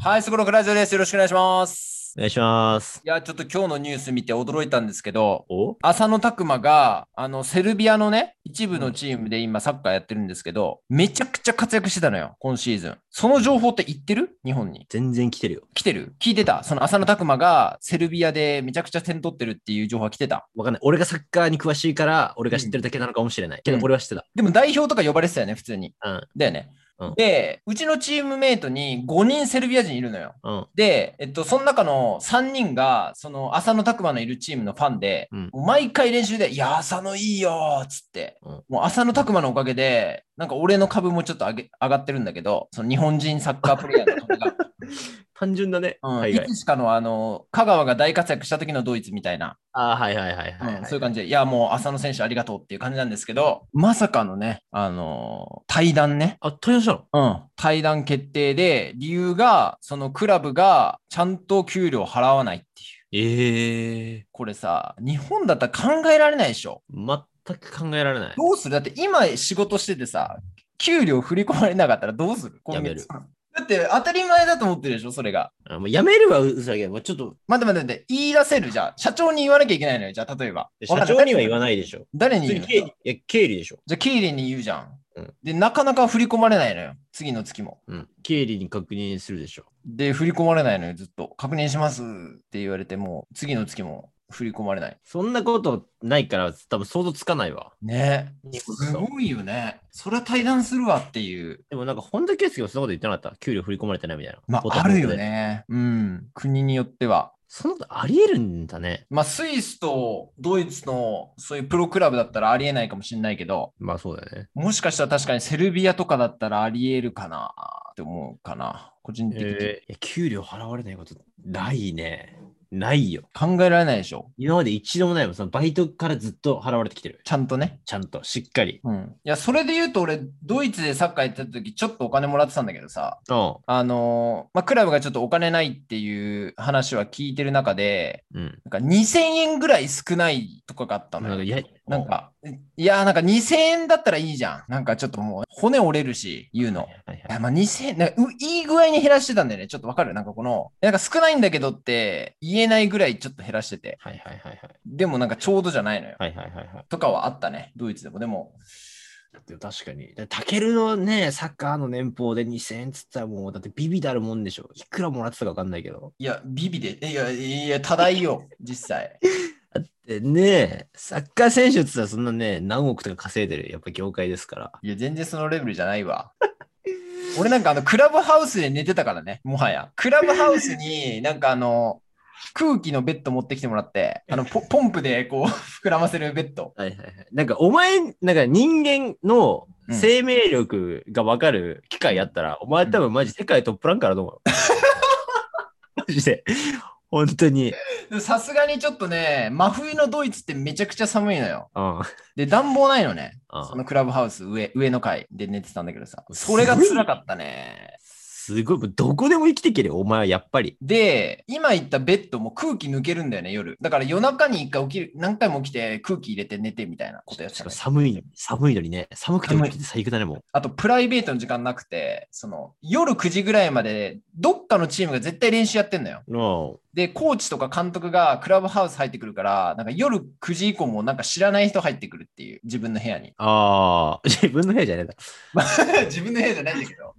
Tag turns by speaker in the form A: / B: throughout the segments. A: はい、すごろくラジオです。よろしくお願いします。
B: お願いします。
A: いや、ちょっと今日のニュース見て驚いたんですけど、
B: お
A: 浅野拓磨が、あの、セルビアのね、一部のチームで今サッカーやってるんですけど、めちゃくちゃ活躍してたのよ、今シーズン。その情報って言ってる日本に。
B: 全然来てるよ。
A: 来てる聞いてたその浅野拓磨がセルビアでめちゃくちゃ点取ってるっていう情報は来てた。
B: わかんない。俺がサッカーに詳しいから、俺が知ってるだけなのかもしれない。けど、俺は知ってた。
A: でも代表とか呼ばれてたよね、普通に。
B: うん
A: だよね。
B: うん
A: で、うちのチームメイトに5人セルビア人いるのよ。
B: うん。
A: で、えっと、その中の3人が、その浅野拓磨のいるチームのファンで、
B: うん
A: もう毎回練習で、いや、浅野いいよーっつって、
B: うん
A: もう浅野拓磨のおかげで、なんか俺の株もちょっと上げ上がってるんだけど、その日本人サッカープレイヤーの株 が、
B: 単純だね。
A: うん、
B: 海
A: い
B: 外
A: つ。しかのあの香川が大活躍した時のドイツみたいな、
B: ああ、はいはいはいはい、
A: うん
B: はい
A: そういう感じで、いや、もう浅野選手ありがとうっていう感じなんですけど、まさかのね、あのー対談ね。
B: あ、取り出したの
A: うん、対談決定で理由がそのクラブがちゃんと給料払わないっていう
B: ええ
A: これさ、日本だったら考えられないでしょ。
B: 全く考えられない。
A: どうするだって今仕事しててさ、給料振り込まれなかったらどうする
B: やめる。
A: 今月だって当たり前だと思ってるでしょ、それが。
B: あもうやめるは嘘だけど、もうちょっと、
A: 待って待って待って、言い出せるじゃん。社長に言わなきゃいけないのよ、じゃあ例えば。
B: 社長には言わ
A: ない。
B: ないでしょ。
A: 誰
B: 普
A: に
B: 通
A: 言う
B: に
A: の
B: 経理、いや、経理でしょ。
A: じゃあ、経理に言うじゃん,、
B: うん
A: で、なかなか振り込まれないのよ、次の月も。
B: うん。経理に確認するでしょ。
A: で、振り込まれないのよ、ずっと。確認しますって言われても、次の月も振り込まれない。
B: そんなことないから、多分想像つかないわ。
A: ね
B: 日本だと
A: すごいよね。そりゃ対談するわっていう。
B: でもなんか、本田圭佑もそんなこと言ってなかった。給料振り込まれてないみたいな。
A: ま
B: ポ
A: あ、
B: タ
A: あ
B: ポタ
A: る
B: で
A: よ。ね。うん。国によっては。
B: そんなことありえるんだね。
A: まあ、スイスとドイツのそういうプロクラブだったらありえないかもしれないけど、
B: まあそうだよね。
A: もしかしたら確かにセルビアとかだったらありえるかなって思うかな。個人的に。
B: えーいや給料払われないことないね。ないよ。
A: 考えられないでしょ。
B: 今まで一度もないもん。そのバイトからずっと払われてきてる。
A: ちゃんとね。
B: ちゃんと、しっかり。
A: うん。いや、それで言うと俺、ドイツでサッカーやってた時、ちょっとお金もらってたんだけどさ、
B: う
A: あのーまあ、クラブがちょっとお金ないっていう話は聞いてる中で、
B: ん。うん。
A: なんか2000円ぐらい少ないとかがあったの
B: な
A: よ
B: んか、。や、
A: なんか、いやー、なんか2000円だったらいいじゃん。なんかちょっともう骨折れるし、言う
B: うん、
A: の。
B: はい
A: い
B: はい
A: やまあ2000円なんかう、いい具合に減らしてたんだよね。ちょっとわかるなんかこの、なんか少ないんだけどって言えないぐらいちょっと減らしてて。
B: はいはいはい
A: でもなんかちょうどじゃないのよ。
B: はい。はいはいはいはい。
A: とかはあったね。ドイツでも。でも、
B: でも確かに。でタケルのね、サッカーの年俸で2000円っつったらもう、だってビビたるもんでしょ。いくらもらってたかわかんないけど。
A: いや、ビビで、えいや、いや、多大よ、実際。
B: でね、サッカー選手っつったらそんなね、何億とか稼いでる。やっぱ業界ですから。
A: いや、全然そのレベルじゃないわ。俺なんかあの、クラブハウスで寝てたからね、もはや。クラブハウスになんかあの、空気のベッド持ってきてもらって、あのポポンプでこう 膨らませるベッド。
B: はいはいはい。なんかお前、なんか人間の
A: うん
B: 生命力が分かる機会やったら、お前多分マジ世界トップランカーだと 思うよ。マジで。本当に。
A: でさすがにちょっとね、真冬のドイツってめちゃくちゃ寒いのよ。
B: うん。
A: で、暖房ないのね。
B: うん
A: そのクラブハウス上、上の階で寝てたんだけどさ。それが辛かったね。
B: すごい、もうどこでも生きていけるよお前はやっぱり。
A: で、今言ったベッドも空気抜けるんだよね、夜。だから夜中に一回起きる、何回も起きて空気入れて寝てみたいなことやって
B: したか
A: ね
B: も寒い、寒いのにね、寒くて起きてて最悪だね、もう。
A: あとプライベートの時間なくて、その夜9時ぐらいまでどっかのチームが絶対練習やってんのよ。
B: うん。
A: で、コーチとか監督がクラブハウス入ってくるから、なんか夜9時以降もなんか知らない人入ってくるっていう、自分の部屋に
B: ああ、自分の部屋じゃねえだ。
A: 自分の部屋じゃないんだけど。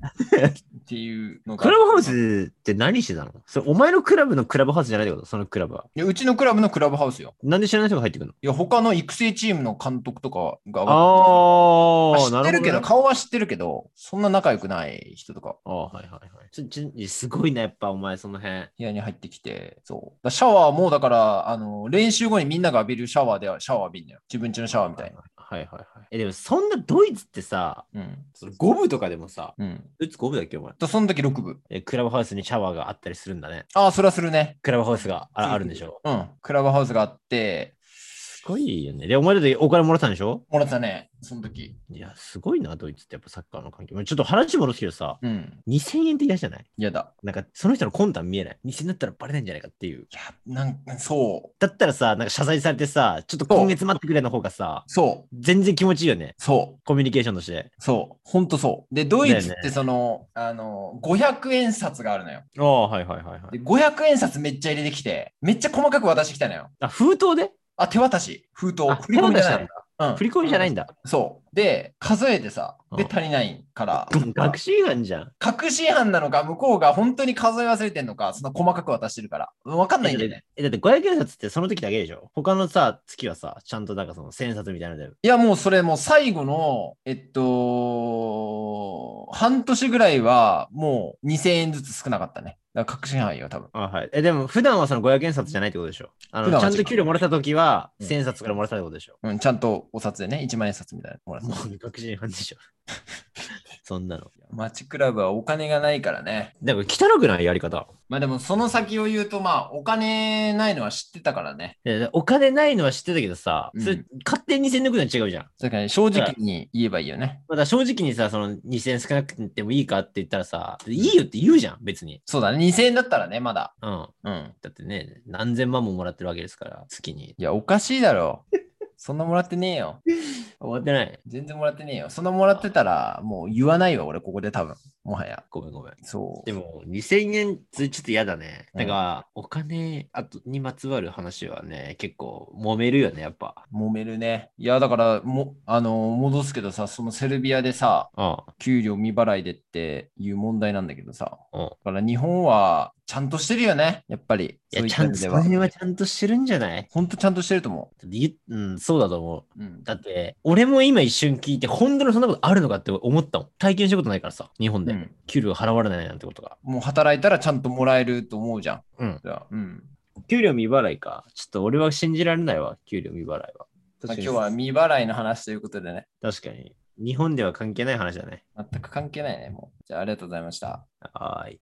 A: っていうのが。
B: クラブハウ
A: い
B: スって何してたのそれお前のクラブのクラブハウスじゃないってことそのクラブは。
A: やうちのクラブのクラブハウスよ。
B: なんで知らない人が入ってくるの
A: いや、他の育成チームの監督とかが上がってるまあ
B: ああ、
A: 知ってるけど、
B: ね
A: 顔は知ってるけど、そんな仲良くない人とか
B: ああ、はいはいはい。ちちすごいな、やっぱお前その辺。
A: 部屋に入ってきて、そう。だシャワーもだから、あの、練習後にみんなが浴びるシャワーではシャワー浴びんのよ。自分家のシャワーみたいな。
B: はいはいはい。え、でもそんなドイツってさ、
A: うん。
B: その5部とかでもさ、
A: うん。
B: ドイツ5部だっけお前
A: と、その時6部。
B: え。クラブハウスにシャワーがあったりするんだね。
A: ああ、それはするね。
B: クラブハウスが
A: うん
B: ああるんでしょ
A: うん。クラブハウスがあって、
B: ごいよね。で、お前だってお金もらったんでしょ
A: もらったね、その時。
B: いや、すごいな、ドイツってやっぱサッカーの関係。ちょっと話戻すけどさ、
A: うん、
B: 2000円って嫌じゃない
A: 嫌だ。
B: なんか、その人の魂胆見えない。2000円だったらバレないんじゃないかっていう。
A: いや、なんか、そう、
B: だったらさ、なんか謝罪されてさ、ちょっと今月待ってくれの方がさ、
A: そう、
B: 全然気持ちいいよね。
A: そう。
B: コミュニケーションとして。
A: そう、ほんとそう。で、ドイツっ
B: だよ
A: てその、あの、500円札があるのよ。
B: ああ、はいはいはいは
A: で、。500円札めっちゃ入れてきて、めっちゃ細かく渡してきたのよ。
B: あ、封筒で
A: あ、手渡し、封筒、
B: あ
A: 振り込みじゃない。
B: 手渡
A: うん
B: 振り込みじゃないんだ。
A: そう。で、数えてさ、で、
B: うん
A: 足りないから。
B: 学習犯じゃん。
A: 隠し犯なのか、向こうが本当に数え忘れてんのか、その細かく渡してるから。わかんないんだよね。
B: えだって500円札ってその時だけでしょ他のさ、月はさ、ちゃんとなんかその1000円札みたいなので。
A: いや、もうそれもう最後の、えっと、半年ぐらいは、もう2000円ずつ少なかったね。だから隠し犯よ、多分。
B: あはい。え、でも普段はその500円札じゃないってことでしょあ
A: 普
B: の、
A: 段は違
B: ちゃ
A: うん
B: と給料もらった時は
A: うん
B: 1000円札からもらったってことでしょ
A: うん、ちゃんとお札でね、1万円札みたいなのもらって
B: もう学習犯 でしょそんなの。
A: 街クラブはお金がないからね。
B: なんか汚くないやり方。
A: まあでもその先を言うと、まあお金ないのは知ってたからね。
B: えお金ないのは知ってたけどさ、それ
A: うん
B: 勝手に2000円抜くのは違うじゃん。
A: だからね正直に言えばいいよね。
B: まだ正直にさ、その2000円少なくてもいいかって言ったらさ、いいよって言うじゃん、別に。
A: そうだね。2000円だったらね、まだ。
B: うん。
A: うん。
B: だってね、何千万ももらってるわけですから、月に。
A: いや、おかしいだ ろ。そんなもらってねえよ。
B: 終わってない。
A: 全然もらってねえよ。そんなもらってたら、もう言わないわ、俺、ここで多分。もはや。
B: ごめんごめん。
A: そう。
B: でも、2000円つちょっと嫌だね。
A: うん
B: だから、お金あとにまつわる話はね、結構揉めるよね、やっぱ。
A: 揉めるね。いや、だから、も、あの、戻すけどさ、そのセルビアでさ、
B: うん。
A: 給料未払いでっていう問題なんだけどさ。
B: うん
A: だから日本はちゃんとしてるよね、やっぱり。
B: いや、ち
A: そ
B: ゃ
A: うんいっ
B: と、
A: た意味で
B: その
A: は
B: 辺はちゃんとしてるんじゃない
A: ほんとちゃんとしてると思
B: だってゆうん、そうだと思
A: う。うん
B: う。だって、俺も今一瞬聞いて、本当にそんなことあるのかって思ったもん。体験したことないからさ、日本
A: う
B: で。
A: ん
B: 給料払われないなんてことが。
A: もう働いたらちゃんともらえると思うじゃん。
B: うん
A: じゃあうん
B: 給料未払いか。ちょっと俺は信じられないわ、給料未払いは。
A: まあ、今日は未払いの話ということでね、
B: 確かに。日本では関係ない話だね。
A: 全く関係ないね。もうじゃあありがとうございました。
B: はーい。